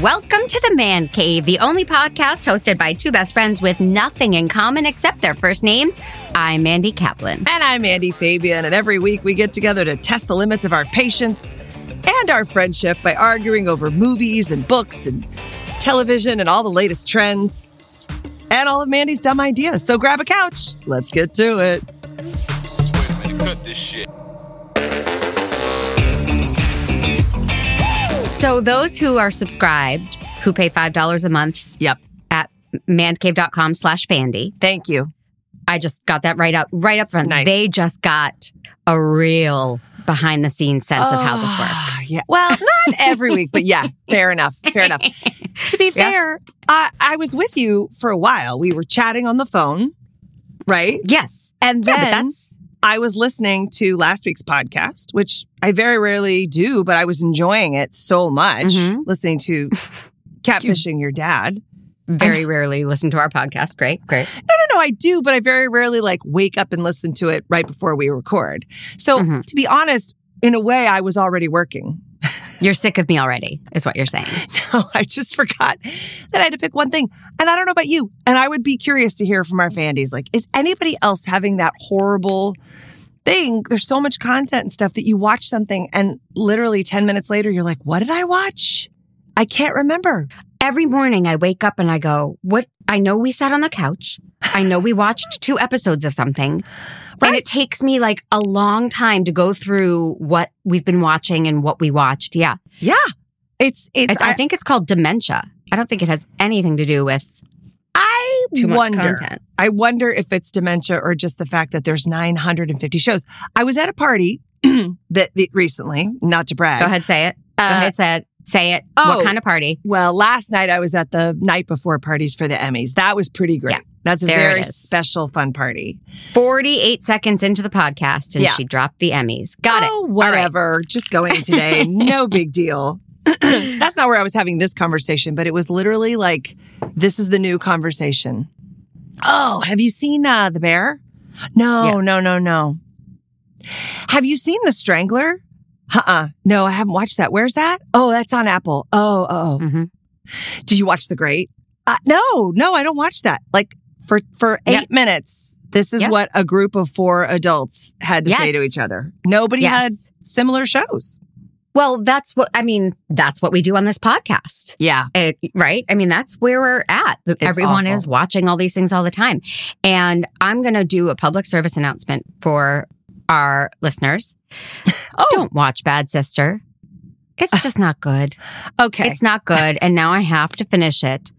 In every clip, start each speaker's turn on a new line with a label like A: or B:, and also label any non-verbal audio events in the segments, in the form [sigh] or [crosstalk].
A: Welcome to the Man Cave, the only podcast hosted by two best friends with nothing in common except their first names. I'm Mandy Kaplan.
B: And I'm Andy Fabian, and every week we get together to test the limits of our patience and our friendship by arguing over movies and books and television and all the latest trends and all of Mandy's dumb ideas. So grab a couch. Let's get to it.
C: Wait a minute, cut this shit.
A: So, those who are subscribed, who pay $5 a month
B: Yep.
A: at mancave.com slash Fandy,
B: Thank you.
A: I just got that right up, right up front.
B: Nice.
A: They just got a real behind the scenes sense of how this works.
B: Ah, Yeah.
A: [laughs]
B: Well, not every week, but yeah, fair enough. Fair enough. To be
A: [laughs] Yeah.
B: fair, I, I was with you for a while. We were chatting on the phone, right?
A: Yes.
B: And
A: Yeah,
B: then
A: but that's
B: I was listening to last week's podcast, which I very rarely do, but I was enjoying it so much
A: Mhm.
B: listening to catfishing your dad.
A: very rarely listen to our podcast. Great. Great.
B: No, no, no, I do, but I very rarely like wake up and listen to it right before we record. So
A: Mhm.
B: to be honest, in a way, I was already working.
A: You're sick of me already, is what you're saying.
B: [laughs] No, I just forgot that I had to pick one thing. And I don't know about you. And I would be curious to hear from our fandies. Like, is anybody else having that horrible thing? There's so much content and stuff that you watch something and literally 10 minutes later, you're like, what did I watch? I can't remember.
A: every morning I wake up and I go, what? I know we sat on the couch. I know we watched two episodes of something. And
B: Right.
A: it takes me like a long time to go through what we've been watching and what we watched. Yeah.
B: Yeah. It's, it's,
A: It's, I, think it's called dementia. I don't think it has anything to do with
B: I
A: too much
B: wonder.
A: content.
B: I wonder if it's dementia or just the fact that there's 950 shows. I was at a party [clears throat] that, that recently, not to brag.
A: Go ahead, say it. Go
B: Uh,
A: ahead, say it. Say it.
B: oh.
A: what kind of party?
B: Well, last night I was at the night before parties for the Emmys. That was pretty great.
A: Yeah.
B: That's a
A: There
B: very
A: it is.
B: special, fun party.
A: 48 seconds into the podcast and
B: Yeah.
A: she dropped the Emmys. Got
B: oh,
A: All right.
B: whatever. Just
A: [laughs]
B: going today. no big deal. [clears throat] That's not where I was having this conversation, but it was literally like, this is the new conversation. Oh, have you seen uh, The Bear? No,
A: Yeah.
B: no, no, no. Have you seen The Strangler? Uh uh No, I haven't watched that. Where's that? Oh, that's on Apple. Oh, oh,
A: it. hmm
B: oh. Did you watch The Great? Uh, no, no, I don't watch that. Like for for eight
A: Yeah.
B: minutes, this is
A: Yeah.
B: what a group of four adults had to say
A: Yes.
B: to each other. Nobody
A: Yes.
B: had similar shows.
A: Well, that's what I mean. That's what we do on this podcast.
B: Yeah.
A: it, right? I mean, that's where we're at. The-
B: It's
A: Everyone
B: awful.
A: is watching all these things all the time. And I'm going to do a public service announcement for our listeners.
B: [laughs] Oh.
A: Don't watch Bad Sister. It's just not good.
B: [laughs] Okay.
A: It's not good. And now I have to finish it,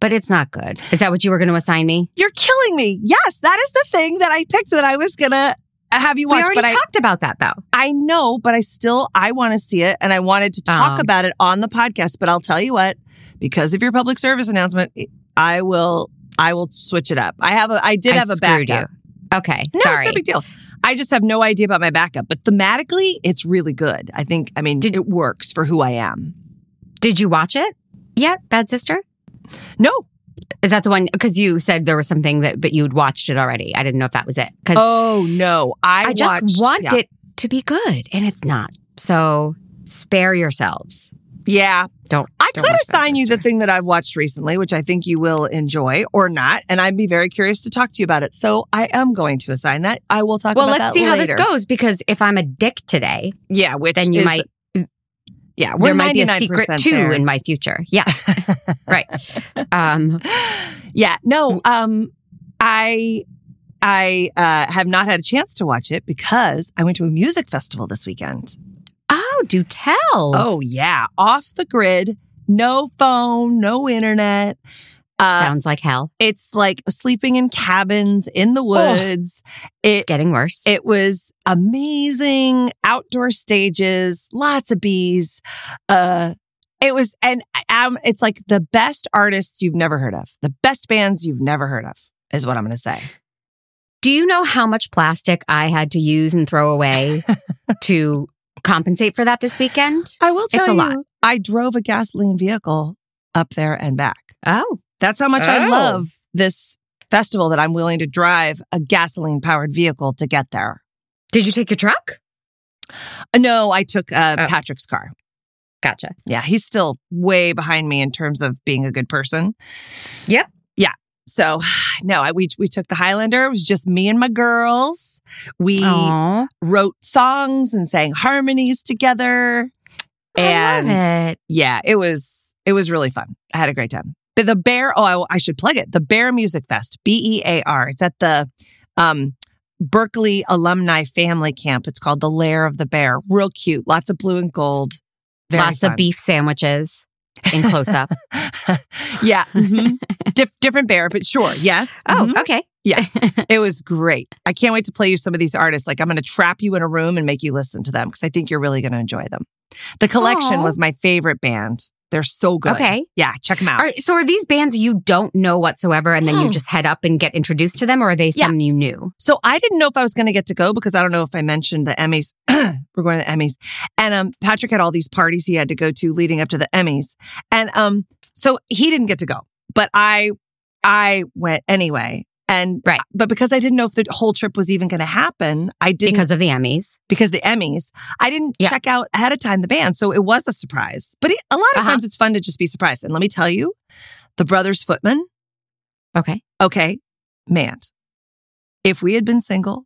A: but it's not good. Is that what you were going to assign me?
B: You're killing me. Yes, that is the thing that I picked that I was gonna have you
A: We
B: watch.
A: already
B: But I,
A: talked about that though.
B: I know, but I still I want to see it, and I wanted to talk
A: Um.
B: about it on the podcast. But I'll tell you what, because of your public service announcement, I will I will switch it up. I have a I did
A: I
B: have a
A: screwed
B: backup.
A: you. Okay.
B: No,
A: sorry.
B: it's no big deal. I just have no idea about my backup, but thematically, it's really good. I think. I mean,
A: Did-
B: it works for who I am.
A: Did you watch it yet, Bad Sister?
B: No.
A: Is that the one? Because you said there was something that, but you'd watched it already. I didn't know if that was it. Because
B: Oh no. I,
A: I, just
B: watched-
A: want
B: yeah.
A: it to be good, and it's not. So spare yourselves.
B: Yeah,
A: Don't.
B: I
A: don't
B: could
A: watch Bad
B: assign you the
A: Sister.
B: thing that I've watched recently, which I think you will enjoy or not, and I'd be very curious to talk to you about it. So I am going to assign that. I will talk
A: Well,
B: about
A: let's
B: that
A: see how this
B: later.
A: goes because if I'm a dick today,
B: Yeah, which
A: then you
B: is-
A: might
B: yeah, we're
A: there might be a
B: 99%
A: secret too
B: there.
A: in my future.
B: [laughs]
A: Yeah, right. Um,
B: yeah, no, um, I I uh, have not had a chance to watch it because I went to a music festival this weekend.
A: oh, do tell.
B: Oh yeah, off the grid, no phone, no internet. Uh,
A: sounds like hell.
B: it's like sleeping in cabins in the woods. It
A: It's getting worse.
B: It was amazing. Outdoor stages, lots of bees. Uh, it was, and um, it's like the best artists you've never heard of, the best bands you've never heard of, is what I'm going to say.
A: Do you know how much plastic I had to use and throw
B: [laughs]
A: away to compensate for that this weekend?
B: I will tell
A: It's a
B: you,
A: lot.
B: I drove a gasoline vehicle up there and back.
A: Oh,
B: That's how much I
A: Oh.
B: love this festival that I'm willing to drive a gasoline powered vehicle to get there.
A: did you take your truck?
B: No, I took uh,
A: Oh.
B: Patrick's car.
A: Gotcha.
B: Yeah, he's still way behind me in terms of being a good person.
A: Yep.
B: Yeah. So, [sighs] no, I, we we took the Highlander. It was just me and my girls. We
A: Aww.
B: wrote songs and sang harmonies together. and
A: I love it.
B: yeah, it was it was really fun. I had a great time. But the Bear, oh, I, I should plug it. The Bear Music Fest, B E A R. It's at the um, Berkeley Alumni Family Camp. It's called the Lair of the Bear. Real cute. Lots of blue and gold. Very
A: Lots
B: fun.
A: of beef sandwiches in close
B: [laughs]
A: up.
B: yeah, Dif- different bear, but sure. Yes.
A: [laughs] Oh,
B: Mhm.
A: okay.
B: it was great. I can't wait to play you some of these artists. Like I'm going to trap you in a room and make you listen to them because I think you're really going to enjoy them. The Collection
A: Aw.
B: was my favorite band. They're so good.
A: Okay.
B: Yeah, check them out.
A: Are, so are these bands you don't know whatsoever and then you
B: No.
A: just head up and get introduced to them or are they
B: Yeah.
A: some you knew?
B: So I didn't know if I was going to get to go because I don't know if I mentioned the Emmys. [clears throat] We're going to the Emmys, and um, Patrick had all these parties he had to go to leading up to the Emmys, and um, so he didn't get to go, but I, I went anyway, and uh,
A: Right.
B: But because I didn't know if the whole trip was even going to happen, I didn't
A: Because of the Emmys.
B: because the Emmys, I didn't
A: Yeah.
B: check out ahead of time the band. So it was a surprise. But it, a lot of
A: Uh-huh.
B: times it's fun to just be surprised. And let me tell you, the Brothers Footman,
A: Okay.
B: okay, man, if we had been single,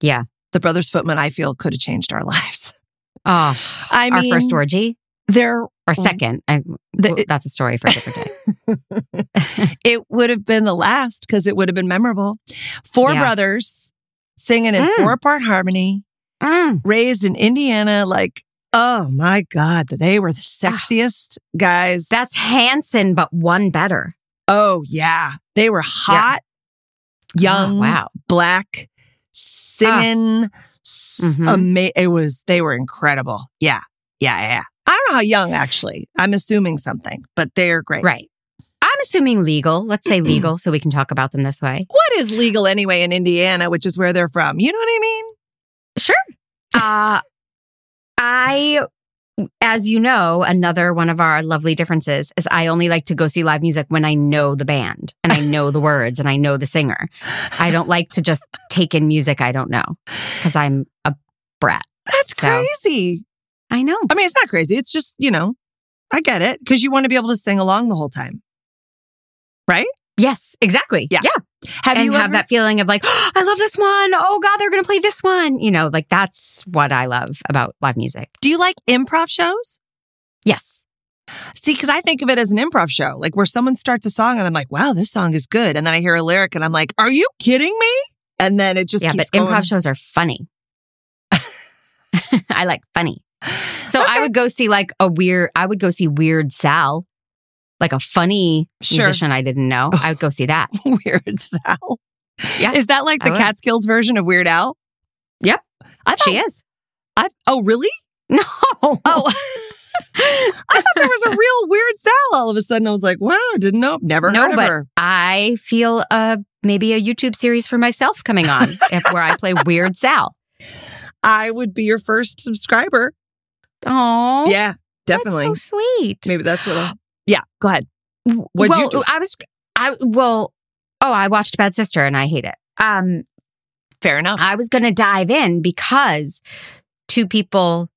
A: Yeah.
B: the Brothers Footman, I feel, could have changed our [laughs] lives.
A: Oh,
B: I
A: our
B: mean,
A: first orgy
B: There,
A: or second. I,
B: the-
A: well, that's a story for a different day.
B: [laughs] it would have been the last because it would have been memorable. Four
A: Yeah.
B: brothers singing in
A: Mm.
B: four part harmony.
A: Mm.
B: raised in Indiana, like, oh my God, they were the sexiest guys.
A: Ah. That's Hanson, but one better.
B: oh yeah. They were hot, young,
A: Oh, wow.
B: black,
A: Ah.
B: singing. s-
A: Mhm.
B: ama- it was, they were incredible. Yeah. Yeah. Yeah. I don't know how young actually. I'm assuming something, but they're great.
A: Right. I'm assuming legal. Let's say
B: Mm-hmm.
A: legal so we can talk about them this way.
B: What is legal anyway in Indiana, which is where they're from? You know what I mean?
A: Uh, I, as you know, another one of our lovely differences is I only like to go see live music when I know the band and I know
B: [laughs]
A: the words and I know the singer. I don't like to just take in music I don't know because I'm a brat.
B: That's
A: So-
B: crazy.
A: I know.
B: I mean, it's not crazy. It's just, you know, I get it because you want to be able to sing along the whole time.
A: Yes, exactly.
B: Yeah.
A: Yeah.
B: Have
A: and
B: you
A: have
B: ever-
A: that feeling of like, [gasps] "Oh, I love this one. Oh God, they're going to play this one. You know, like that's what I love about live music.
B: Do you like improv shows?
A: Yes.
B: See, because I think of it as an improv show, like where someone starts a song and I'm like, wow, this song is good. And then I hear a lyric and I'm like, are you kidding me? And then it just
A: yeah,
B: keeps
A: but
B: going.
A: improv shows are funny. [laughs] I like funny. So
B: Okay.
A: I would go see like a weird, I would go see Weird Sal, like a funny
B: [laughs] Sure.
A: musician I didn't know. I would go see [laughs] that.
B: [laughs] Weird Sal.
A: Yeah,
B: Is that like
A: I
B: the
A: would.
B: Catskills version of Weird Al?
A: Yep.
B: I thought,
A: She is. [laughs]
B: I, oh, really?
A: No.
B: [laughs] Oh, I thought there was a real Weird Sal all of a sudden. I was like, wow, didn't know. Never
A: No,
B: heard
A: but-
B: of her.
A: [laughs] I feel uh, maybe a YouTube series for myself coming [laughs] on if, where I play Weird Sal.
B: I would be your first subscriber.
A: Oh,
B: Yeah, definitely.
A: That's so sweet.
B: Maybe that's what I'll. Yeah, go ahead. What'd
A: well,
B: you do?
A: I was, I, well, oh, I watched Bad Sister and I hate it. Um,
B: Fair enough.
A: I was going to dive in because two people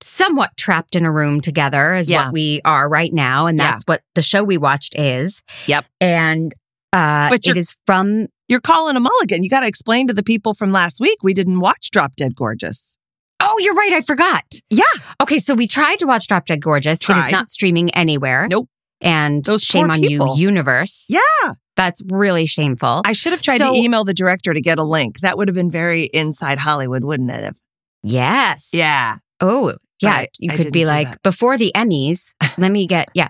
A: somewhat trapped in a room together is
B: Yeah.
A: what we are right now. And
B: Yeah.
A: that's what the show we watched is.
B: Yep.
A: And uh,
B: But
A: it
B: you're-
A: is from,
B: You're calling a mulligan. You got to explain to the people from last week we didn't watch Drop Dead Gorgeous.
A: oh, you're right. I forgot.
B: Yeah.
A: Okay. So we tried to watch Drop Dead Gorgeous. It
B: Tried.
A: is not streaming anywhere.
B: Nope.
A: And
B: Those
A: shame
B: poor
A: on
B: people.
A: you, universe.
B: Yeah.
A: That's really shameful.
B: I should have tried
A: So-
B: to email the director to get a link. That would have been very inside Hollywood, wouldn't it? have?
A: yes.
B: Yeah.
A: Oh, yeah.
B: I-
A: you
B: I
A: could be
B: didn't do
A: like,
B: that.
A: before the
B: [laughs]
A: Emmys, let me get, yeah.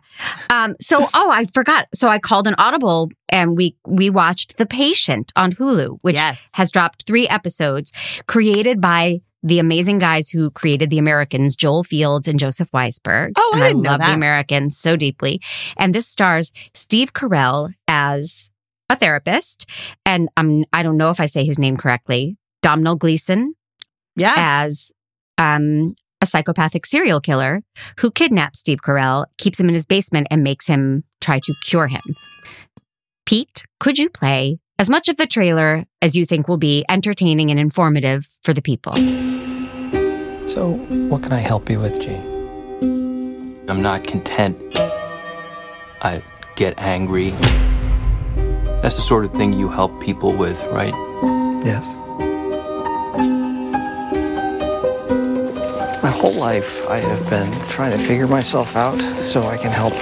A: Um, so, oh, I forgot. So I called an Audible and we, we watched The Patient on Hulu, which
B: yes.
A: has dropped three episodes created by the amazing guys who created The Americans, Joel Fields and Joseph Weisberg.
B: Oh, I
A: and
B: didn't know
A: love The
B: that.
A: Americans so deeply. And this stars Steve Carell as a therapist. And um, I don't know if I say his name correctly, Domhnall Gleeson
B: yeah.
A: as um, a psychopathic serial killer who kidnaps Steve Carell, keeps him in his basement, and makes him try to cure him. Pete, could you play as much of the trailer as you think will be entertaining and informative for the people?
D: So, what can I help you with, G? I'm not content. I get angry. That's the sort of thing you help people with, right?
E: Yes. My whole life, I have been trying to figure myself out so I can help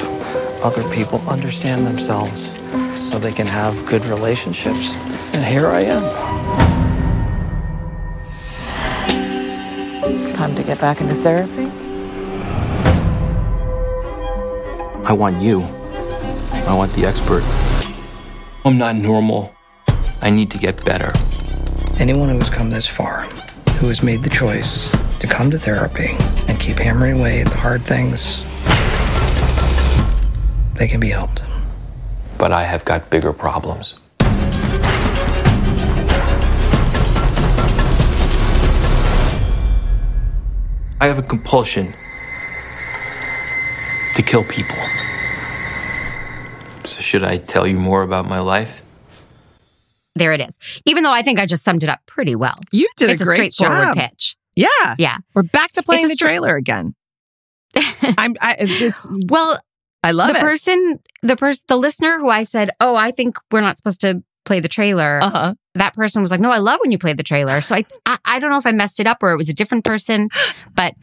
E: other people understand themselves so they can have good relationships. And here I am.
F: Time to get back into therapy.
D: I want you. I want the expert. I'm not normal. I need to get better.
E: Anyone who has come this far, who has made the choice to come to therapy and keep hammering away at the hard things, they can be helped.
D: But I have got bigger problems. I have a compulsion to kill people. So, should I tell you more about my life?
A: There it is. Even though I think I just summed it up pretty well.
B: You did
A: it's
B: a
A: a,
B: great
A: straightforward
B: job.
A: pitch.
B: Yeah.
A: Yeah.
B: We're back to playing
A: It's a
B: the
A: str- [laughs]
B: trailer again. I'm. I, it's.
A: Well,
B: I Mm, love
A: the
B: it.
A: person, the person, the listener who I said, "Oh, I think we're not supposed to play the trailer."
B: uh huh.
A: That person was like, "No, I love when you play the trailer." So I, I, I don't know if I messed it up or it was a different person, but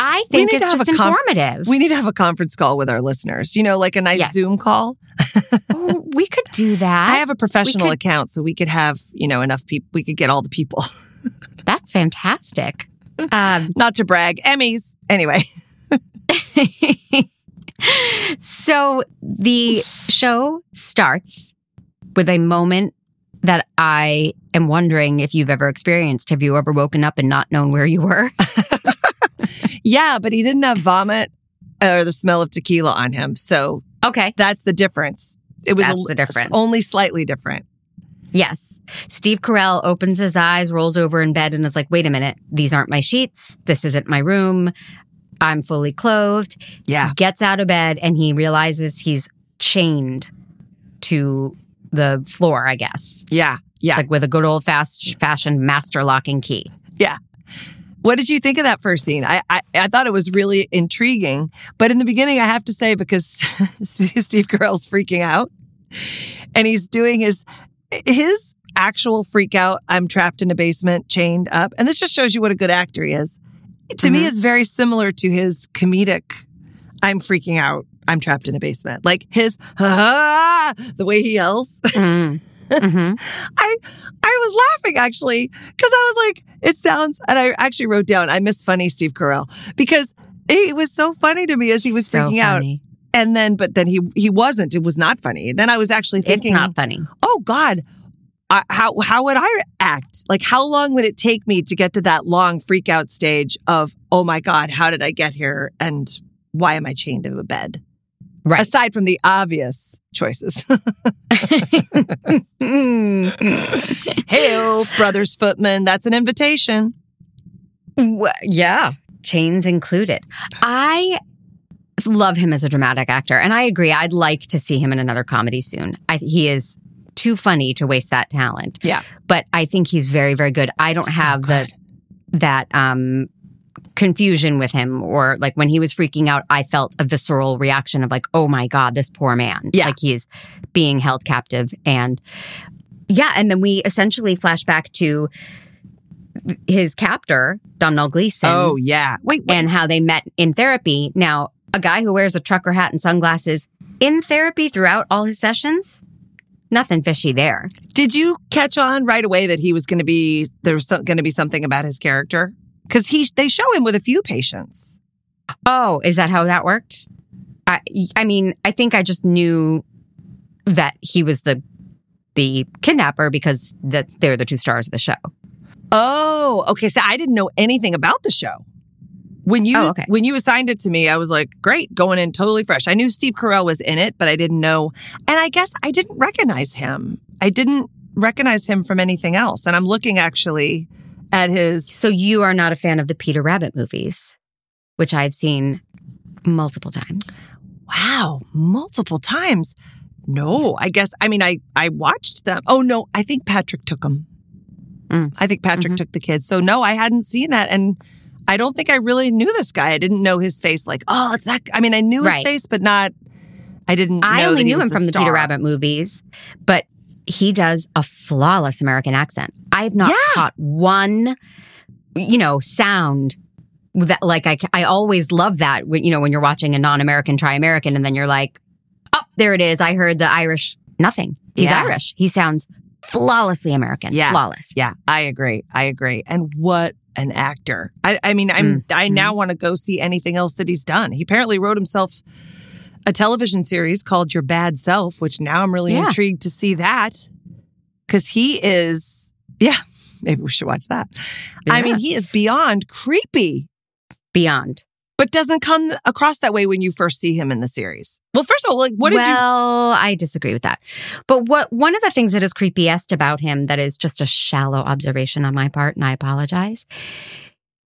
A: I
B: We
A: think
B: need
A: it's
B: to have
A: just
B: a com-
A: informative.
B: We need to have a conference call with our listeners. You know, like a nice
A: Yes.
B: Zoom call.
A: [laughs] Oh, we could do that.
B: [laughs] I have a professional
A: could-
B: account, so we could have you know enough people. We could get all the people. [laughs]
A: That's fantastic. Um,
B: Not to brag, Emmys. Anyway,
A: so the show starts with a moment that I am wondering if you've ever experienced. Have you ever woken up and not known where you were? [laughs]
B: yeah, but he didn't have vomit or the smell of tequila on him, so
A: okay.
B: that's the difference. It was
A: That's
B: a-
A: the difference.
B: only slightly different.
A: Yes. Steve Carell opens his eyes, rolls over in bed, and is like, wait a minute. These aren't my sheets. This isn't my room. I'm fully clothed.
B: Yeah,
A: Gets out of bed and he realizes he's chained to the floor, I guess,
B: yeah, yeah,
A: like with a good old fast fashioned master lock and
B: [laughs]
A: key.
B: yeah. What did you think of that first scene? I, I I thought it was really intriguing, but in the beginning, I have to say because [laughs] Steve Carell's freaking out, and he's doing his his actual freak out. I'm trapped in a basement, chained up, and this just shows you what a good actor he is. To me, is very similar to his comedic. I'm freaking out. I'm trapped in a basement. Like his, [laughs] ha ha, the way he yells.
A: Mm. Mhm.
B: I I was laughing actually because I was like, it sounds, and I actually wrote down, I miss funny Steve Carell because it was so funny to me as [laughs] he was
A: So
B: freaking out,
A: funny.
B: and then but then he he wasn't. It was not funny. Then I was actually
A: It's
B: thinking,
A: not funny.
B: oh God. I, how how would I act? Like, how long would it take me to get to that long freak out stage of, oh my God, how did I get here? And why am I chained to a bed?
A: Right.
B: Aside from the obvious choices. "Mm, Hail, [laughs] Brothers Footman. That's an invitation.
A: Wh- yeah, chains included. I love him as a dramatic actor, and I agree. I'd like to see him in another comedy soon. I, he is too funny to waste that talent.
B: Yeah.
A: but I think he's very, very good. I don't have the that um confusion with him or like when he was freaking out i felt a visceral reaction of like oh my god this poor man
B: Yeah.
A: like he is being held captive and yeah and then we essentially flash back to his captor domhnall gleeson
B: Oh yeah. Wait, wait.
A: and how they met in therapy. Now, a guy who wears a trucker hat and sunglasses in therapy throughout all his sessions, nothing fishy there.
B: did you catch on right away that he was going to be there was some, going to be something about his character? Because he they show him with a few patients.
A: Oh, is that how that worked? I, I mean, I think I just knew that he was the the kidnapper because that's they're the two stars of the show.
B: Oh, okay. So I didn't know anything about the show. When you
A: Oh, okay.
B: when you assigned it to me, I was like, "Great, going in totally fresh." I knew Steve Carell was in it, but I didn't know, and I guess I didn't recognize him. I didn't recognize him from anything else. And I'm looking actually at his.
A: So you are not a fan of the Peter Rabbit movies, which I've seen multiple times.
B: Wow, multiple times. No, I guess I mean I I watched them. Oh no, I think Patrick took them.
A: Mm.
B: I think Patrick took the kids. So no, I hadn't seen that, and I don't think I really knew this guy. I didn't know his face. Like, oh, it's that. I mean, I knew his
A: Right.
B: face, but not. I didn't.
A: I
B: know
A: only
B: that he
A: knew
B: was
A: him from the Peter
B: star.
A: Rabbit movies, but he does a flawless American accent. I have not
B: Yeah.
A: caught one, you know, sound that like I I always love that when- you know when you're watching a non-American try American and then you're like, oh, there it is. I heard the Irish. Nothing. He's
B: Yeah.
A: Irish. He sounds flawlessly American.
B: Yeah.
A: flawless.
B: Yeah, I agree. I agree. And what an actor! I, I mean, I'm.
A: Mm-hmm.
B: I now want to go see anything else that he's done. He apparently wrote himself a television series called Your Bad Self, which now I'm really
A: Yeah.
B: intrigued to see that because he is. Yeah, maybe we should watch that. I mean,
A: Yeah.
B: he is beyond creepy.
A: Beyond.
B: But doesn't come across that way when you first see him in the series. Well, first of all, like, what did you
A: well, I disagree with that. But what one of the things that is creepiest about him that is just a shallow observation on my part, and I apologize.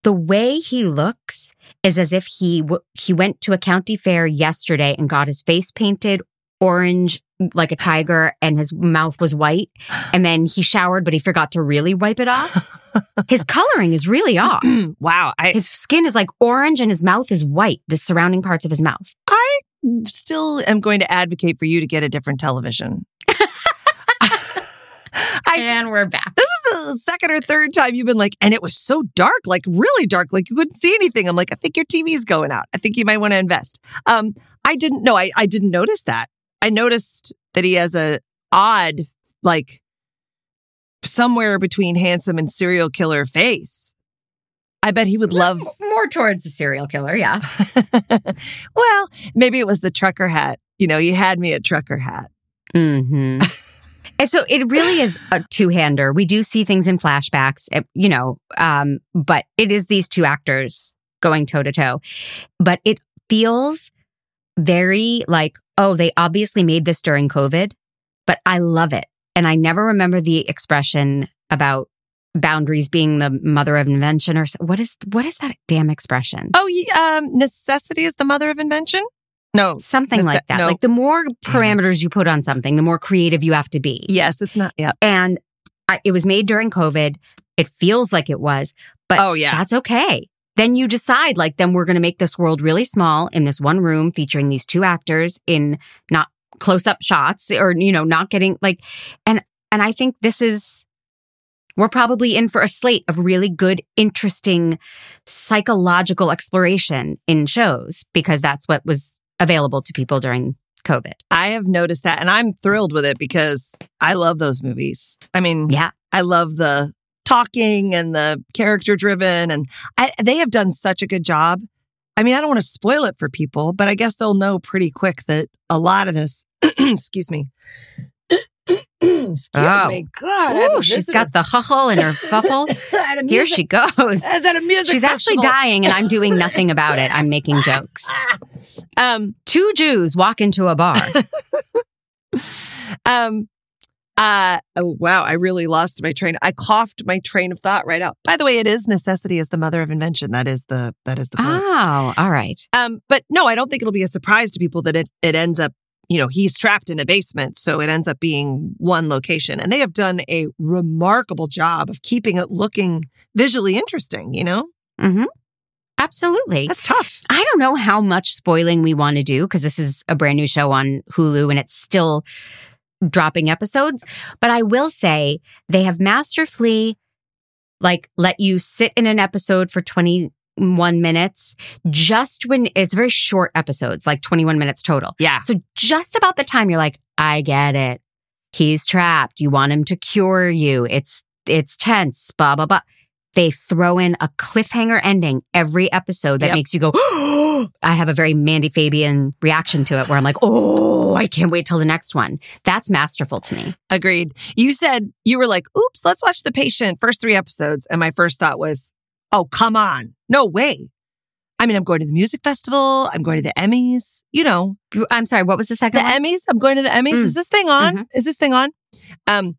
A: The way he looks is as if he w- he went to a county fair yesterday and got his face painted orange like a tiger and his mouth was white and then he showered but he forgot to really wipe it off.
B: [laughs]
A: His coloring is really
B: [clears throat]
A: off.
B: [clears throat] wow, I
A: His skin is like orange and his mouth is white, the surrounding parts of his mouth.
B: I still am going to advocate for you to get a different television. I
A: And we're back.
B: this is the second or third time you've been like, and it was so dark, like really dark, like you couldn't see anything. I'm like, I think your TV's going out. I think you might want to invest. Um, I didn't know. I, I didn't notice that. I noticed that he has a odd, like somewhere between handsome and serial killer face. I bet he would love
A: More towards the serial killer, yeah.
B: [laughs] well, maybe it was the trucker hat. You know, you had me at trucker hat.
A: [laughs] hmm and so it really is a two-hander. We do see things in flashbacks, eh, you know, um, but it is these two actors going toe to toe. But it feels very like, oh, they obviously made this during COVID, but I love it. And I never remember the expression about boundaries being the mother of invention or s- what is what is that damn expression?
B: Oh, ye- um, necessity is the mother of invention. No,
A: Something
B: is
A: like
B: that-
A: that.
B: no.
A: Like the more
B: Damn it.
A: parameters you put on something, the more creative you have to be.
B: yes, it's not. Yeah.
A: and I, it was made during COVID. It feels like it was. But
B: Oh, yeah.
A: That's okay. Then you decide, like, then we're going to make this world really small in this one room featuring these two actors in not close up shots or, you know, not getting like, and, and I think this is, we're probably in for a slate of really good, interesting psychological exploration in shows because that's what was available to people during COVID.
B: I have noticed that, and I'm thrilled with it because I love those movies. I mean,
A: Yeah.
B: I love the talking and the character driven, and I, they have done such a good job. I mean, I don't want to spoil it for people, but I guess they'll know pretty quick that a lot of this. [clears throat] excuse me. [clears throat] excuse
A: Oh.
B: me. God, I have
A: Ooh,
B: a
A: she's
B: visitor.
A: got the huffle in her
B: [laughs]
A: fuffle.
B: At a
A: Here
B: music-
A: she goes.
B: as at a music
A: She's actually
B: festival.
A: dying, and I'm doing nothing about it. I'm making jokes.
B: [laughs] Um,
A: Two Jews walk into a bar.
B: um, uh, oh, wow, I really lost my train. I coughed my train of thought right out. By the way, it is necessity is the mother of invention. That is the that is the quote.
A: oh, all right.
B: Um, but no, I don't think it'll be a surprise to people that it it ends up. You know, he's trapped in a basement, so it ends up being one location. And they have done a remarkable job of keeping it looking visually interesting. You know,
A: hmm Absolutely.
B: that's tough.
A: I don't know how much spoiling we want to do because this is a brand new show on Hulu and it's still dropping episodes. But I will say they have masterfully like let you sit in an episode for 21 minutes just when it's very short episodes, like 21 minutes total.
B: Yeah. [gasps]
A: So just about the time you're like, I get it. He's trapped. You want him to cure you. It's it's tense. Blah blah blah. They throw in a cliffhanger ending every episode that
B: Yep.
A: makes you go. I have a very Mandy Fabian reaction to it where I'm like, oh, I can't wait till the next one. That's masterful to me.
B: Agreed. You said you were like, "Oops, let's watch The Patient." First three episodes, and my first thought was, "Oh, come on, no way." I mean, I'm going to the music festival. I'm going to the Emmys. You know,
A: You- I'm sorry. What was the
B: the
A: second one?
B: Emmys. I'm going to the Emmys.
A: Mm.
B: Is this thing on?
A: Mhm.
B: Is this thing on? Um,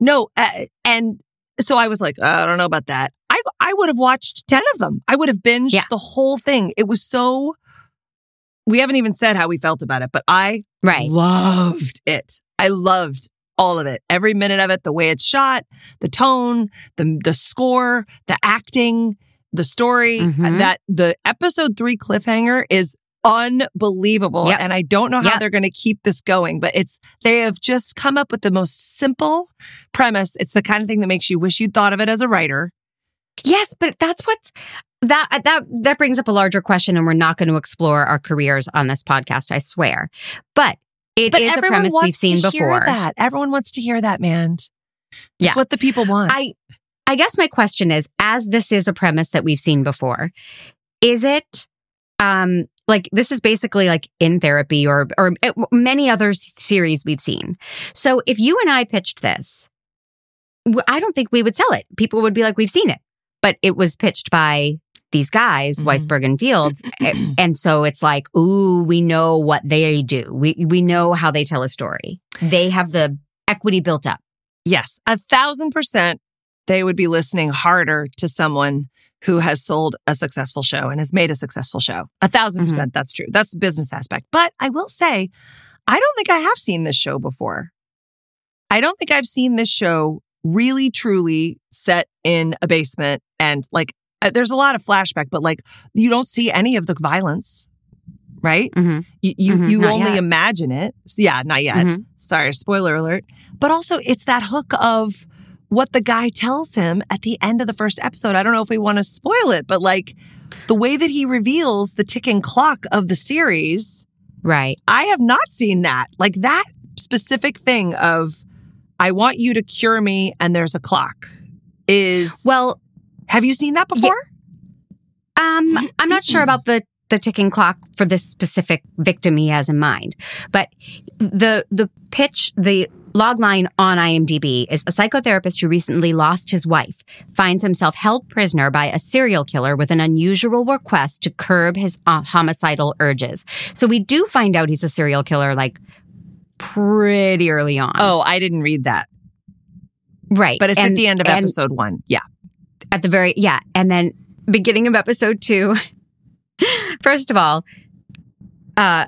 B: no. Uh, and so I was like, "Uh, I don't know about that. I I would have watched ten of them. I would have binged
A: Yeah.
B: the whole thing. It was so. We haven't even said how we felt about it, but I
A: right.
B: loved it. I loved all of it. Every minute of it, the way it's shot, the tone, the the score, the acting, the story uh,
A: Mhm.
B: that the episode three cliffhanger is unbelievable.
A: Yep.
B: And I don't know how
A: Yep.
B: they're going to keep this going, but it's, they have just come up with the most simple premise. It's the kind of thing that makes you wish you'd thought of it as a writer.
A: Yes, but that's what's that uh, that that brings up a larger question, and we're not going to explore our careers on this podcast. I swear, but it is
B: But
A: a
B: everyone
A: premise
B: wants
A: we've seen
B: to hear
A: before.
B: that. Everyone wants to hear that, man. It's
A: Yeah.
B: what the people want.
A: [laughs] I I guess my question is, as this is a premise that we've seen before, is it um like this is basically like in therapy or or eh, many other s- series we've seen. So if you and I pitched this, w- I don't think we would sell it. People would be like, "We've seen it," but it was pitched by these guys,
B: Mhm.
A: Weisberg and [clears throat] Fields, a- and so it's like, "Ooh, we know what they do. We we know how they tell a story. They have the equity built up."
B: Yes, a thousand percent. They would be listening harder to someone who has sold a successful show and has made a successful show. A 1000
A: Mhm.
B: percent. That's true. That's the business aspect. But I will say, I don't think I have seen this show before. I don't think I've seen this show really, truly set in a basement and like, uh, there's a lot of flashback, but like, you don't see any of the violence, right?
A: Mm-hmm.
B: You you,
A: Mhm,
B: you
A: not
B: only
A: yet.
B: imagine it. So, yeah, not yet.
A: Mhm.
B: Sorry, spoiler alert. But also, it's that hook of what the guy tells him at the end of the first episode. I don't know if we want to spoil it, but like the way that he reveals the ticking clock of the series,
A: Right.
B: I have not seen that. Like that specific thing of I want you to cure me and there's a clock is
A: Well,
B: have you seen that
A: Yeah.
B: before?
A: Um, I'm not sure about the the ticking clock for this specific victim he has in mind, but the the pitch the log line on IMDb is a psychotherapist who recently lost his wife finds himself held prisoner by a serial killer with an unusual request to curb his uh, homicidal urges. So we do find out he's a serial killer like pretty early on.
B: Oh, I didn't read that.
A: right.
B: But it's
A: And-
B: at the end of
A: and-
B: episode 1. Yeah.
A: at the very yeah and then beginning of episode two [laughs] first of all uh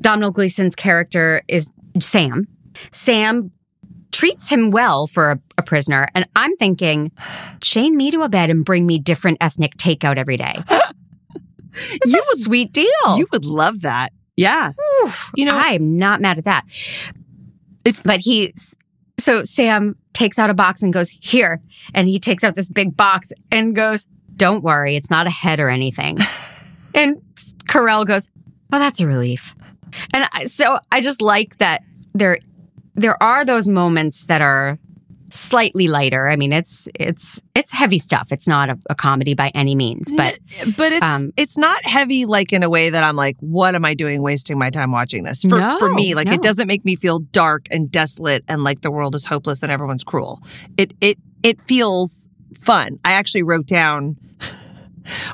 A: domhnall gleason's character is sam sam treats him well for a, a prisoner and i'm thinking chain me to a bed and bring me different ethnic takeout every
B: [gasps]
A: day That's
B: You
A: a
B: would-
A: sweet deal
B: You would love that. Yeah. You know,
A: i'm not mad at that but he so sam takes out a box and goes here and he takes out this big box and goes don't worry it's not a head or
B: [laughs]
A: anything and Carell goes well that's a relief and I, so i just like that there there are those moments that are slightly lighter i mean it's it's it's heavy stuff it's not a, a comedy by any means but
B: but it's
A: Um,
B: it's not heavy like in a way that I'm like, what am I doing wasting my time watching this? For
A: No,
B: for me, like
A: no.
B: it doesn't make me feel dark and desolate and like the world is hopeless and everyone's cruel. It it it feels fun. I actually wrote down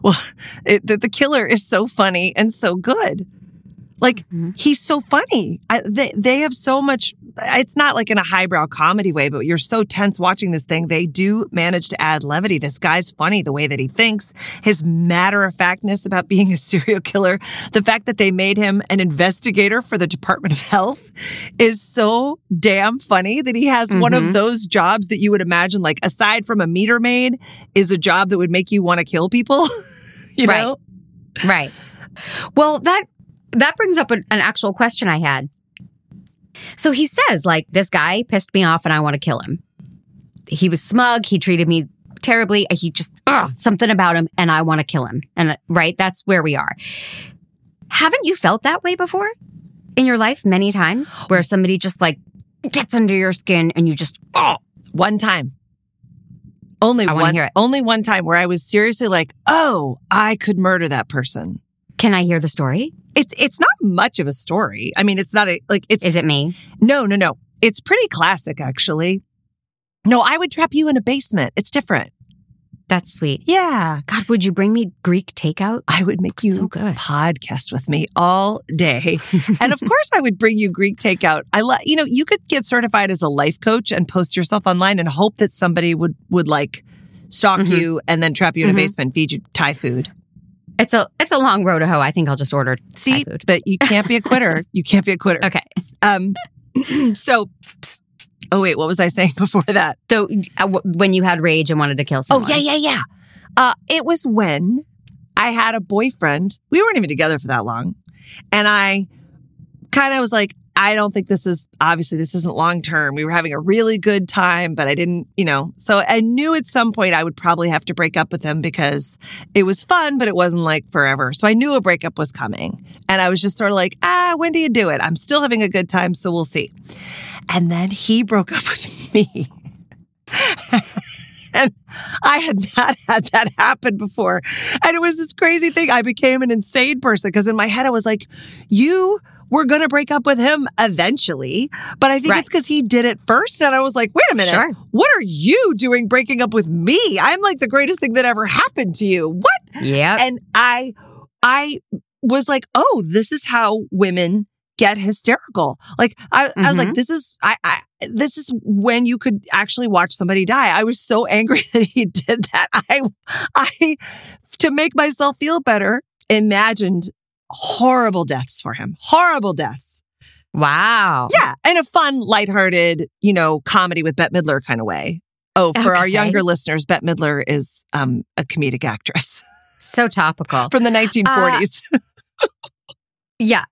B: well, it, the, the killer is so funny and so good. Like he's so funny. I, they they have so much. It's not like in a highbrow comedy way, but you're so tense watching this thing. They do manage to add levity. This guy's funny the way that he thinks, his matter of factness about being a [laughs] serial killer, the fact that they made him an investigator for the Department of Health is so damn funny that he has one of
A: Mhm.
B: those jobs that you would imagine, like aside from a meter maid, is a job that would make you want to kill people. [laughs] you
A: Right.
B: know.
A: Right. Well, that that brings up an, an actual question I had. So he says, like, this guy pissed me off and I want to kill him. He was smug. He treated me terribly. He just, ugh, something about him and I want to kill him. And, uh, right, that's where we are. Haven't you felt that way before in your life many times where somebody just like gets under your skin and you just, oh,
B: One time. Only
A: I wanna
B: one
A: hear it.
B: only one time where I was seriously like, "Oh, I could murder that person."
A: can I hear the story?
B: It's it's not much of a story. I mean, it's not a like it's
A: Is it me?
B: no, no, no. It's pretty classic actually. No, I would trap you in a basement. It's different.
A: That's sweet.
B: Yeah.
A: God, would you bring me Greek takeout?
B: I would make you
A: So good.
B: podcast with me all
A: [laughs]
B: day. and of course I would bring you Greek takeout. I love you know, you could get certified as a life coach and post yourself online and hope that somebody would would like stalk
A: Mhm.
B: you and then trap you in
A: Mhm.
B: a basement, feed you Thai food.
A: It's a it's a long road to hoe. I think I'll just order
B: See,
A: food.
B: but you can't be
A: [laughs]
B: a quitter. you can't be a quitter.
A: Okay.
B: Um [clears throat] so Oh wait, what was I saying [laughs] before that?
A: So uh, w- when you had rage and wanted to kill someone.
B: Oh yeah, yeah, yeah. Uh, it was when I had a boyfriend. We weren't even together for that long. And I kind of was like, I don't think this is obviously this isn't long term. We were having a really good time, but I didn't, you know. So I knew at some point I would probably have to break up with him because it was fun, but it wasn't like forever. So I knew a breakup was coming. And I was just sort of like, ah, when do you do it? I'm still having a good time, so we'll see. And then he broke up with me. and I had not had that happen before. And it was this crazy thing. I became an insane person because in my head I was like, you were going to break up with him eventually. But I think
A: Right.
B: it's because he did it first. And I was like, wait a minute.
A: Sure.
B: What are you doing breaking up with me? I'm like the greatest thing that ever happened to you. What?
A: Yep.
B: and i i was like oh this is how women get hysterical like i, I was like
A: Mhm.
B: this is I, I this is when you could actually watch somebody die i was so [laughs] angry that he did that i i to make myself feel better imagined horrible deaths for him horrible deaths
A: wow.
B: yeah in a fun lighthearted you know comedy with bette midler kind of way oh for our
A: Okay.
B: younger listeners bette midler is um, a comedic actress [laughs]
A: So topical.
B: from the 1940s
A: Yeah.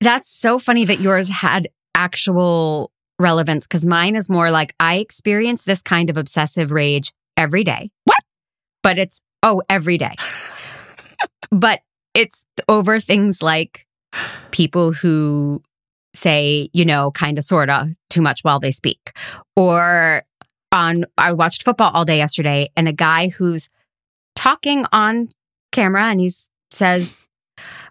A: That's so funny that yours had actual relevance because mine is more like I experience this kind of obsessive rage every day.
B: What?
A: But it's, oh, every
B: [laughs]
A: day. but it's over things like people who say, you know, kind of, sort of too much while they speak. Or on, I watched football all day yesterday and a guy who's talking on camera and he says,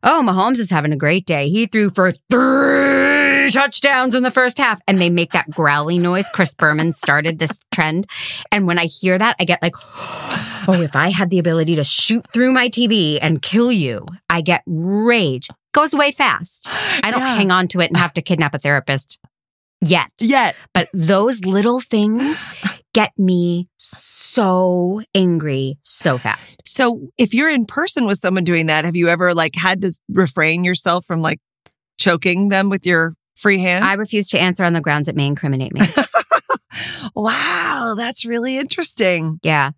A: Oh, Mahomes is having a great day. He threw for three touchdowns in the first half. And they make that growly noise. Chris Berman started this trend. And when I hear that, I get like, [gasps] oh, if I had the ability to shoot through my TV and kill you, I get rage. Goes away fast. I don't
B: Yeah.
A: hang on to it and have to kidnap a therapist yet.
B: yet.
A: But those little [gasps] things get me so angry so fast.
B: So if you're in person with someone doing that, have you ever like had to refrain yourself from like choking them with your free hand?
A: I refuse to answer on the grounds it may [laughs] incriminate me.
B: wow, that's really interesting.
A: Yeah.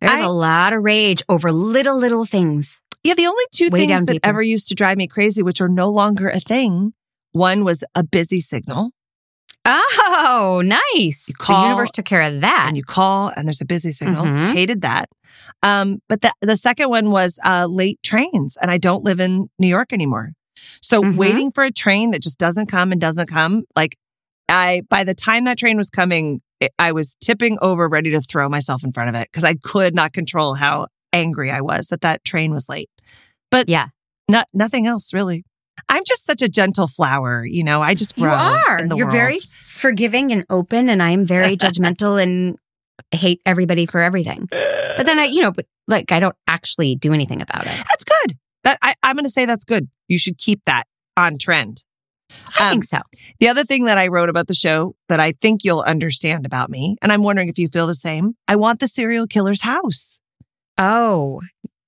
A: There's
B: I-
A: a lot of rage over little, little things.
B: Yeah, the only two
A: Way
B: things
A: down
B: that
A: deeper.
B: ever used to drive me crazy, which are no longer a thing, one was a busy signal.
A: Oh, nice.
B: You call
A: the universe took care of that.
B: and you call and there's a busy signal.
A: Mhm.
B: Hated that. Um, but the, the second one was uh, late trains, and I don't live in New York anymore. So
A: Mhm.
B: waiting for a train that just doesn't come and doesn't come, like I by the time that train was coming, it, I was tipping over, ready to throw myself in front of it because I could not control how angry I was that that train was late. But
A: Yeah.
B: not nothing else really. I'm just such a gentle flower, you know. I just
A: You
B: grow.
A: are.
B: in the
A: You're
B: world.
A: very forgiving and open, and I am [laughs] very judgmental and hate everybody for everything. But then I, you know, but like I don't actually do anything about it.
B: That's good. That I, I'm going to say that's good. You should keep that on trend.
A: I
B: Um,
A: think so.
B: The other thing that I wrote about the show that I think you'll understand about me, and I'm wondering if you feel the same. I want the serial killer's house.
A: Oh,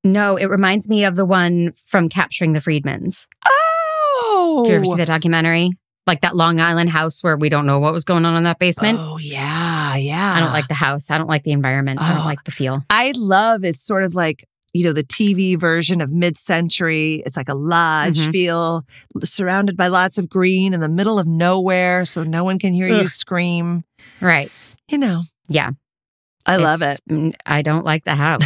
A: no. It reminds me of the one from Capturing the Freedmans.
B: Oh,
A: Did you ever see that documentary? Like that Long Island house where we don't know what was going on in that basement.
B: Oh yeah, yeah.
A: I don't like the house. I don't like the environment. I
B: Oh.
A: don't like the feel.
B: I love it's sort of like you know the TV version of mid-century. It's like a lodge
A: Mhm.
B: feel, surrounded by lots of green in the middle of nowhere, so no one can hear you
A: Ugh.
B: scream.
A: Right.
B: You know.
A: Yeah.
B: I love it.
A: It's- mm, I don't like the house.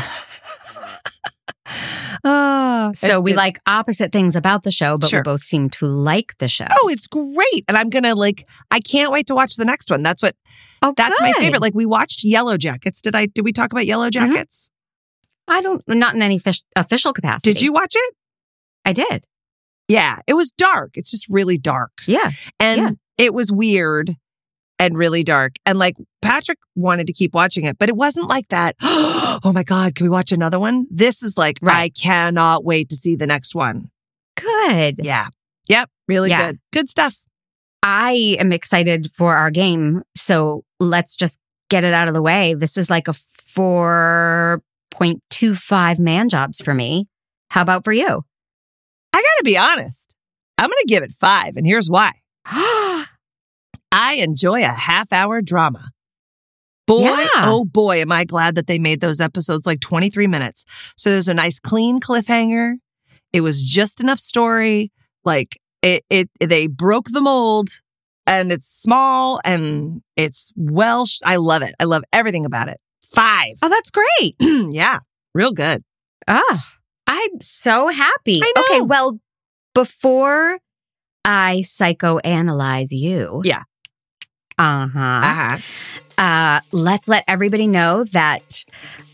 B: Oh,
A: So
B: [laughs] it's
A: we
B: good.
A: like opposite things about the show, but
B: Sure.
A: we both seem to like the show.
B: Oh, it's great. And I'm gonna like I can't wait to watch the next one. That's what
A: Oh,
B: that's my
A: good. Mm-hmm.
B: favorite. Like we watched Yellow Jackets. Did I did we talk about Yellow Jackets?
A: I don't, not in any fish, official capacity.
B: Did you watch it?
A: I did.
B: Yeah. It was dark. It's just really dark.
A: Yeah.
B: And
A: Yeah.
B: it was weird and really dark. And like Patrick wanted to keep watching it, but it wasn't like that. [gasps] oh my God, can we watch another one? This is like I
A: Right.
B: cannot wait to see the next one.
A: Good.
B: Yeah. Yep. Really
A: Yeah.
B: good. Good stuff.
A: I am excited for our game. So let's just get it out of the way. This is like a 4.25 man jobs for me. How about for you? [gasps]
B: I gotta be honest. I'm gonna give it five,
A: Oh,
B: and here's why. I enjoy a half hour drama. Boy,
A: Yeah.
B: oh boy, am I glad that they made those episodes like 23 minutes. So there's a nice clean cliffhanger. It was just enough story. Like it it they broke the mold and it's small and it's well sh- I love it. I love everything about it. 5.
A: Oh, that's great.
B: [clears throat] yeah. Real good.
A: Oh, I'm so happy.
B: I know.
A: Okay, well, before I psychoanalyze you.
B: Yeah.
A: Uh-huh.
B: Uh-huh.
A: Uh, let's let everybody know that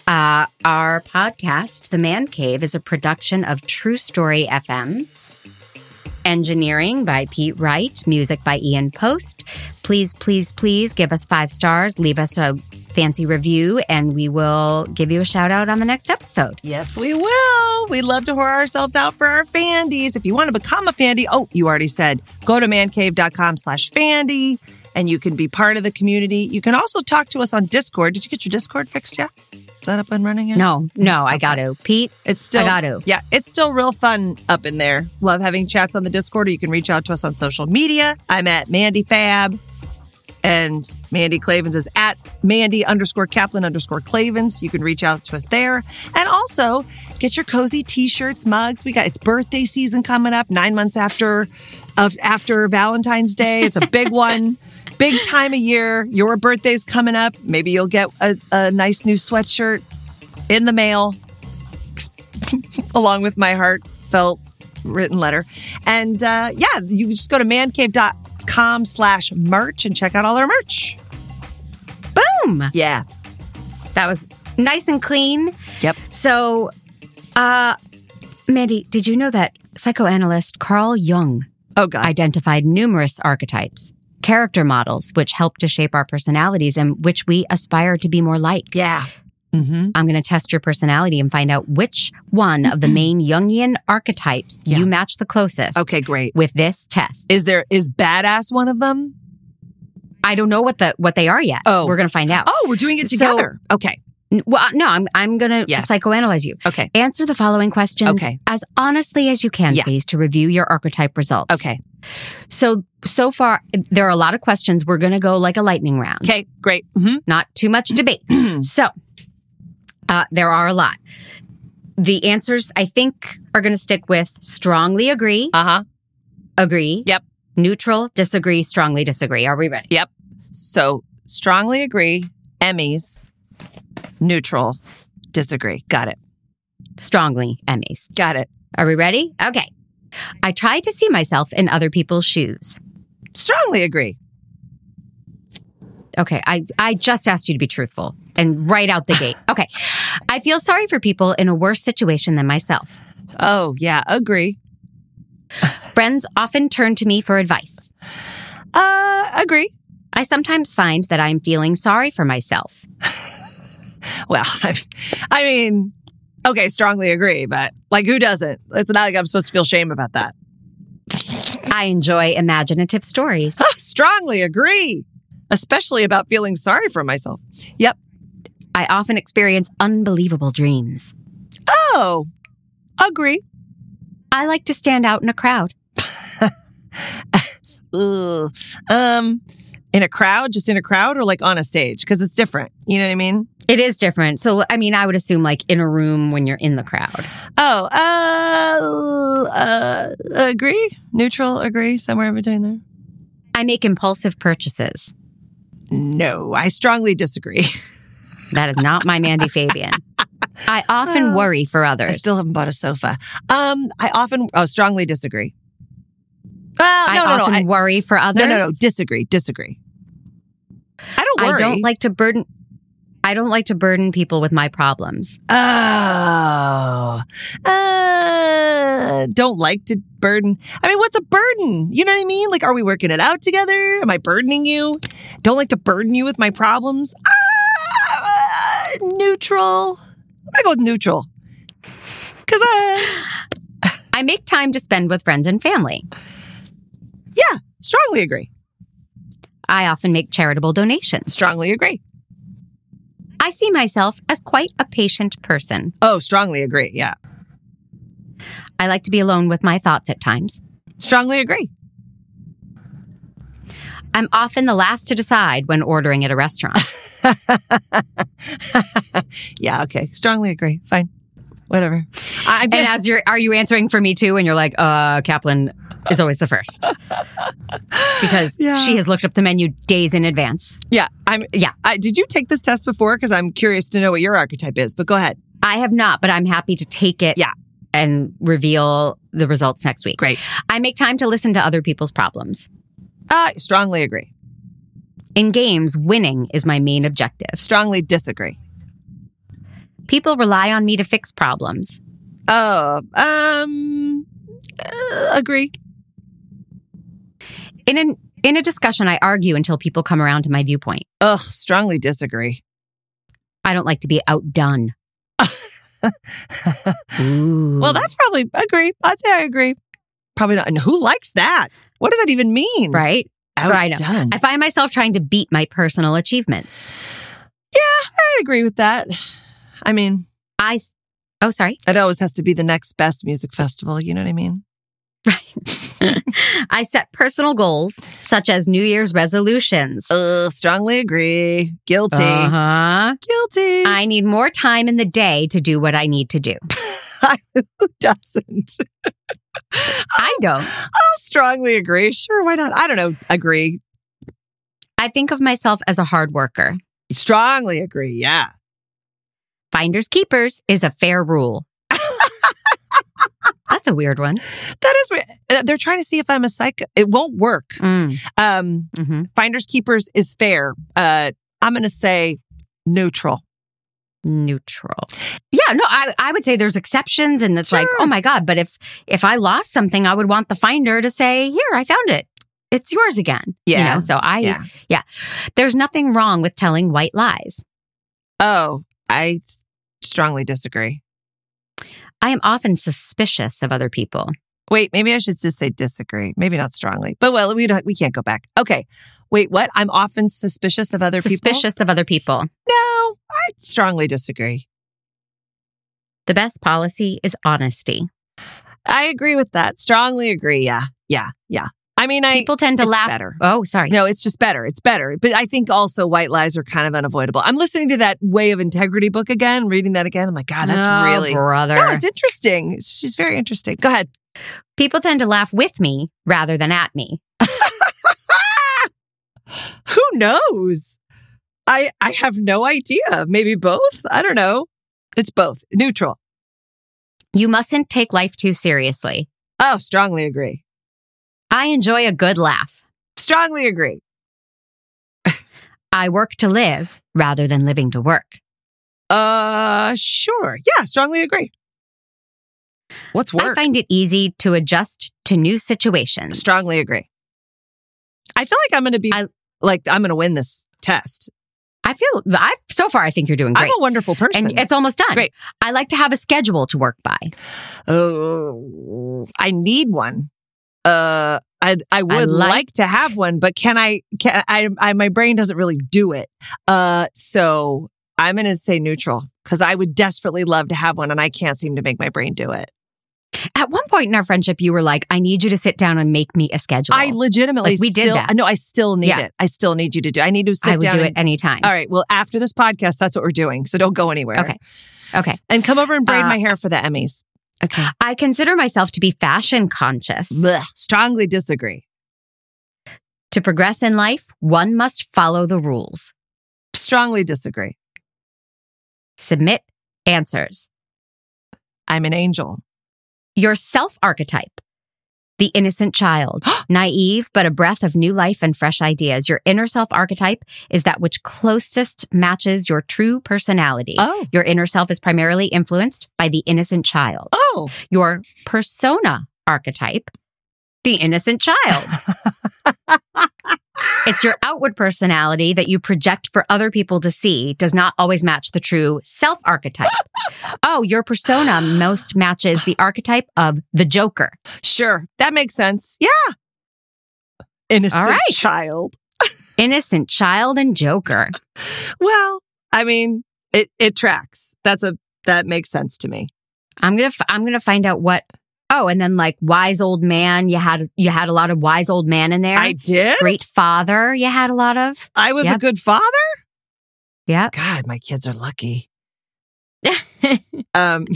A: uh, our podcast, The Man Cave, is a production of True Story FM. Engineering by Pete Wright, music by Ian Post. Please, please, please give us five stars, leave us a fancy review, and we will give you a shout out on the next episode.
B: Yes, we will. We love to whore ourselves out for our Fandies. If you want to become a Fandy, oh, you already said, go to mancave.com slash Fandy and you can be part of the community. You can also talk to us on Discord. Did you get your Discord fixed yet? Is that up and running yet?
A: No, no, I got to. Pete,
B: It's still
A: I got to.
B: Yeah, it's still real fun up in there. Love having chats on the Discord, or you can reach out to us on social media. I'm at Mandy Fab, and Mandy Clavens is at Mandy underscore Kaplan underscore Clavens. You can reach out to us there, and also get your cozy T-shirts, mugs. We got it's birthday season coming up, nine months after of after Valentine's Day. It's
A: [laughs]
B: a big one. Big time of year. Your birthday's coming up. Maybe you'll get a, a nice new sweatshirt in the mail along with my heartfelt written letter. And uh, yeah, you can just go to mancave.com slash merch and check out all our merch.
A: boom.
B: Yeah.
A: That was nice and clean.
B: Yep.
A: So, uh, Mandy, did you know that psychoanalyst Carl Jung
B: Oh, God.
A: identified numerous archetypes, character models, which help to shape our personalities and which we aspire to be more like?
B: yeah. Mm-hmm.
A: I'm going to test your personality and find out which one of
B: [clears throat]
A: the main Jungian archetypes
B: Yeah.
A: you match the closest.
B: Okay, great.
A: With this test,
B: Is there, is badass one of them?
A: I don't know what the what they are yet.
B: Oh.
A: we're going to find out.
B: Oh, we're doing it
A: So-
B: together. okay.
A: N- Well, no, I'm I'm going to
B: Yes.
A: psychoanalyze you.
B: Okay.
A: Answer the following questions
B: Okay.
A: as honestly as you can,
B: Yes.
A: please, to review your archetype results.
B: Okay.
A: So so far there are a lot of questions. We're gonna go like a lightning round.
B: Okay, great. Mm-hmm.
A: Not too much debate. so uh, there are a lot. The answers I think are gonna stick with strongly agree,
B: Uh huh.
A: agree,
B: Yep.
A: neutral, disagree, strongly disagree. Are we ready?
B: Yep. So strongly agree, Emmys, neutral, disagree. Got it.
A: Strongly, Emmys.
B: Got it.
A: Are we ready? Okay. I try to see myself in other people's shoes.
B: Strongly agree.
A: Okay, I, I just asked you to be truthful and right out the gate. Okay. I feel sorry for people in a worse situation than myself.
B: Oh, yeah, agree.
A: Friends often turn to me for advice.
B: Uh, agree.
A: I sometimes find that I am feeling sorry for myself.
B: Well, [laughs] I I mean, okay, strongly agree, but like, who doesn't? It's not like I'm supposed to feel shame about that. [laughs]
A: I enjoy imaginative stories.
B: strongly agree, especially about feeling sorry for myself. Yep.
A: I often experience unbelievable dreams.
B: Oh, agree.
A: I like to stand out in a crowd.
B: Ugh. Um, in a crowd, just in a crowd, or like on a stage, because it's different. You know what I mean?
A: It is different. So, I mean, I would assume like in a room when you're in the crowd.
B: Oh, uh, uh, agree, neutral, agree, somewhere in between there.
A: I make impulsive purchases.
B: No, I strongly disagree. [laughs]
A: That is not my Mandy Fabian. I often worry for others.
B: I still haven't bought a sofa. Um, I often oh, strongly disagree. Well, no,
A: I
B: no, no,
A: often
B: I,
A: worry for others.
B: no, no, no, disagree, disagree. I don't worry.
A: I don't like to burden. I don't like to burden people with my problems.
B: Oh, uh, don't like to burden. I mean, what's a burden? You know what I mean? Like, are we working it out together? Am I burdening you? Don't like to burden you with my problems. Ah, uh, neutral. I'm gonna go with neutral. Cause uh,
A: I make time to spend with friends and family.
B: yeah, strongly agree.
A: I often make charitable donations.
B: Strongly agree.
A: I see myself as quite a patient person.
B: Oh, strongly agree. Yeah.
A: I like to be alone with my thoughts at times.
B: Strongly agree.
A: I'm often the last to decide when ordering at a restaurant.
B: [laughs] yeah, okay. Strongly agree. Fine. Whatever. I, I'm
A: and as you're, are you answering for me too? And you're like, uh, Kaplan is always the
B: [laughs]
A: first because
B: Yeah.
A: she has looked up the menu days in advance.
B: yeah, I'm
A: Yeah.
B: I, did you take this test before? Because I'm curious to know what your archetype is, but go ahead.
A: I have not, but I'm happy to take it.
B: Yeah.
A: And reveal the results next week.
B: Great.
A: I make time to listen to other people's problems.
B: I Uh, strongly agree.
A: In games, winning is my main objective.
B: Strongly disagree.
A: People rely on me to fix problems.
B: Oh, um, uh, agree.
A: In an in a discussion, I argue until people come around to my viewpoint.
B: Ugh, strongly disagree.
A: I don't like to be outdone. Ooh.
B: Well, that's probably agree. I'd say I agree. Probably not. And who likes that? What does that even mean?
A: right. I know.
B: Outdone.
A: I find myself trying to beat my personal achievements.
B: I'd agree with that. [sighs] I mean,
A: I, s- oh, sorry. [laughs]
B: it always has to be the next best music festival. You know what I mean?
A: Right. [laughs] I set personal goals such as New Year's resolutions.
B: Ugh, strongly agree. Guilty.
A: huh.
B: Guilty.
A: Uh-huh. I need more time in the day to do what I need to do.
B: Who doesn't? [laughs]
A: I don't.
B: I'll strongly agree. Sure, why not? I don't know. Agree.
A: I think of myself as a hard worker.
B: Strongly agree. Yeah.
A: Finders keepers is a fair rule. That's a weird one.
B: That is weird. Uh, They're trying to see if I'm a psycho. It won't work.
A: Mm,
B: Um,
A: mhm.
B: finders keepers is fair. Uh, I'm going to say neutral.
A: Neutral. Yeah, no, I, I would say there's exceptions, and it's like,
B: Sure.
A: oh my god. But if if I lost something, I would want the finder to say, here, I found it. It's yours again.
B: Yeah.
A: You know, so I,
B: Yeah.
A: yeah. There's nothing wrong with telling white lies.
B: Oh, I s- strongly disagree.
A: I am often suspicious of other people.
B: Wait, maybe I should just say disagree. Maybe not strongly, but well, we don't. We can't go back. Okay. Wait, what? I'm often suspicious of other people.
A: suspicious of other people.
B: No, I strongly disagree.
A: The best policy is honesty.
B: I agree with that. Strongly agree. Yeah, yeah, yeah. I mean, I
A: People tend to
B: it's
A: laugh.
B: better.
A: Oh, sorry.
B: No, it's just better. It's better. But I think also white lies are kind of unavoidable. I'm listening to that Way of Integrity book again, reading that again. I'm like, God, ah, that's
A: Oh,
B: really.
A: brother.
B: No, it's interesting. She's very interesting. Go ahead.
A: People tend to laugh with me rather than at me.
B: Who knows? I I have no idea. Maybe both. I don't know. It's both. Neutral.
A: You mustn't take life too seriously.
B: Oh, strongly agree.
A: I enjoy a good laugh.
B: Strongly agree.
A: I work to live rather than living to work.
B: Uh, sure. Yeah, strongly agree. What's
A: I
B: work?
A: find it easy to adjust to new situations.
B: strongly agree. I feel like I'm going to be
A: I-
B: like I'm going to win this test.
A: I feel I so far I think you're doing great.
B: I'm a wonderful person.
A: and it's almost done.
B: Great.
A: I like to have a schedule to work by.
B: oh, I need one. Uh, I I would like,
A: like-
B: to have one, but can I? Can I, I? My brain doesn't really do it. Uh, so I'm going to say neutral because I would desperately love to have one, and I can't seem to make my brain do it.
A: At one point in our friendship, you were like, I need you to sit down and make me a schedule.
B: I legitimately
A: Like, we did
B: still,
A: that.
B: No, I still need
A: Yeah.
B: it. I still need you to do. I need to sit
A: I would
B: down.
A: do
B: and-
A: it anytime.
B: All right. Well, after this podcast, that's what we're doing. So don't go anywhere.
A: Okay. Okay.
B: And come over and braid
A: Uh,
B: my hair for the Emmys. Okay.
A: [gasps] I consider myself to be fashion conscious.
B: Blech. Strongly disagree.
A: To progress in life, one must follow the rules.
B: Strongly disagree.
A: Submit answers.
B: I'm an angel.
A: Your self archetype. The innocent child, naive, but a breath of new life and fresh ideas. Your inner self archetype is that which closest matches your true personality.
B: Oh.
A: Your inner self is primarily influenced by the innocent child.
B: Oh.
A: Your persona archetype, the innocent
B: [laughs]
A: child. It's your outward personality that you project for other people to see does not always match the true self archetype. oh, your persona most matches the archetype of the Joker.
B: Sure. That makes sense. Yeah. Innocent
A: All right.
B: child.
A: Innocent child and Joker.
B: Well, I mean, it, it tracks. That's a, that makes sense to me.
A: I'm going to f- I'm going to find out what Oh, and then like wise old man, you had you had a lot of wise old man in there.
B: I did.
A: Great father, you had a lot of.
B: I was a
A: Yep.
B: good father.
A: Yeah.
B: God, my kids
A: [laughs]
B: are lucky. Um.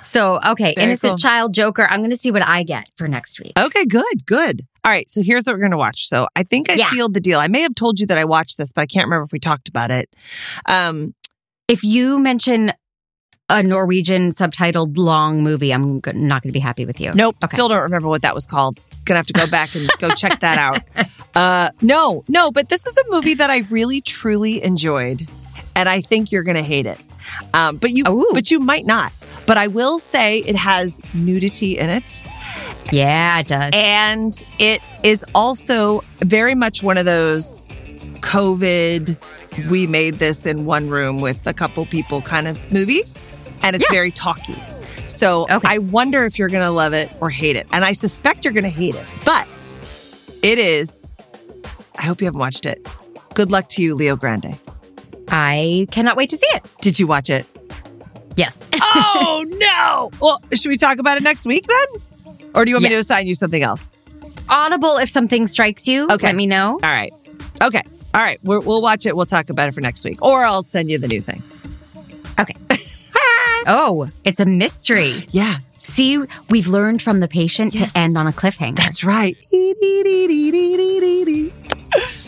A: so okay,
B: Very
A: innocent
B: cool.
A: child Joker. I'm gonna see what I get for next week.
B: Okay. Good. Good. All right. So here's what we're gonna watch. So I think I
A: Yeah.
B: sealed the deal. I may have told you that I watched this, but I can't remember if we talked about it. Um.
A: If you mention a Norwegian subtitled long movie, I'm g- not gonna be happy with you.
B: Nope.
A: Okay.
B: Still don't remember what that was called. Gonna have to go back and go check that
A: [laughs]
B: out. Uh, no, no, but this is a movie that I really truly enjoyed, and I think you're gonna hate it. Um, but you,
A: Ooh.
B: but you might not. But I will say it has nudity in it,
A: Yeah, it does.
B: and it is also very much one of those COVID. We made this in one room with a couple people kind of movies, and it's
A: Yeah.
B: very talky. So
A: Okay.
B: I wonder if you're gonna love it or hate it, and I suspect you're gonna hate it. But it is. I hope you haven't watched it. Good luck to you, Leo Grande.
A: I cannot wait to see it. Uh,
B: Did you
A: [laughs]
B: watch it?
A: Yes.
B: oh no! Well, should we talk about it next week then, or do you want me to
A: Yes.
B: assign you something else?
A: Audible if something strikes you.
B: Okay.
A: Let me know.
B: All right. Okay. All right. We're, we'll watch it. We'll talk about it for next week, or I'll send you the new thing. [laughs]
A: Oh, it's a mystery.
B: Yeah,
A: See, we've learned from the patient
B: Yes.
A: to end on a cliffhanger.
B: that's right.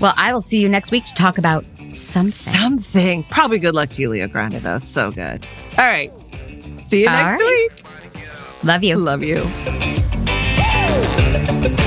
A: Well, I will see you next week to talk about something.
B: Something. Probably good luck to you, Leo Grande, though. So good. All right. See you
A: All
B: next
A: right.
B: week.
A: Love you.
B: Love you.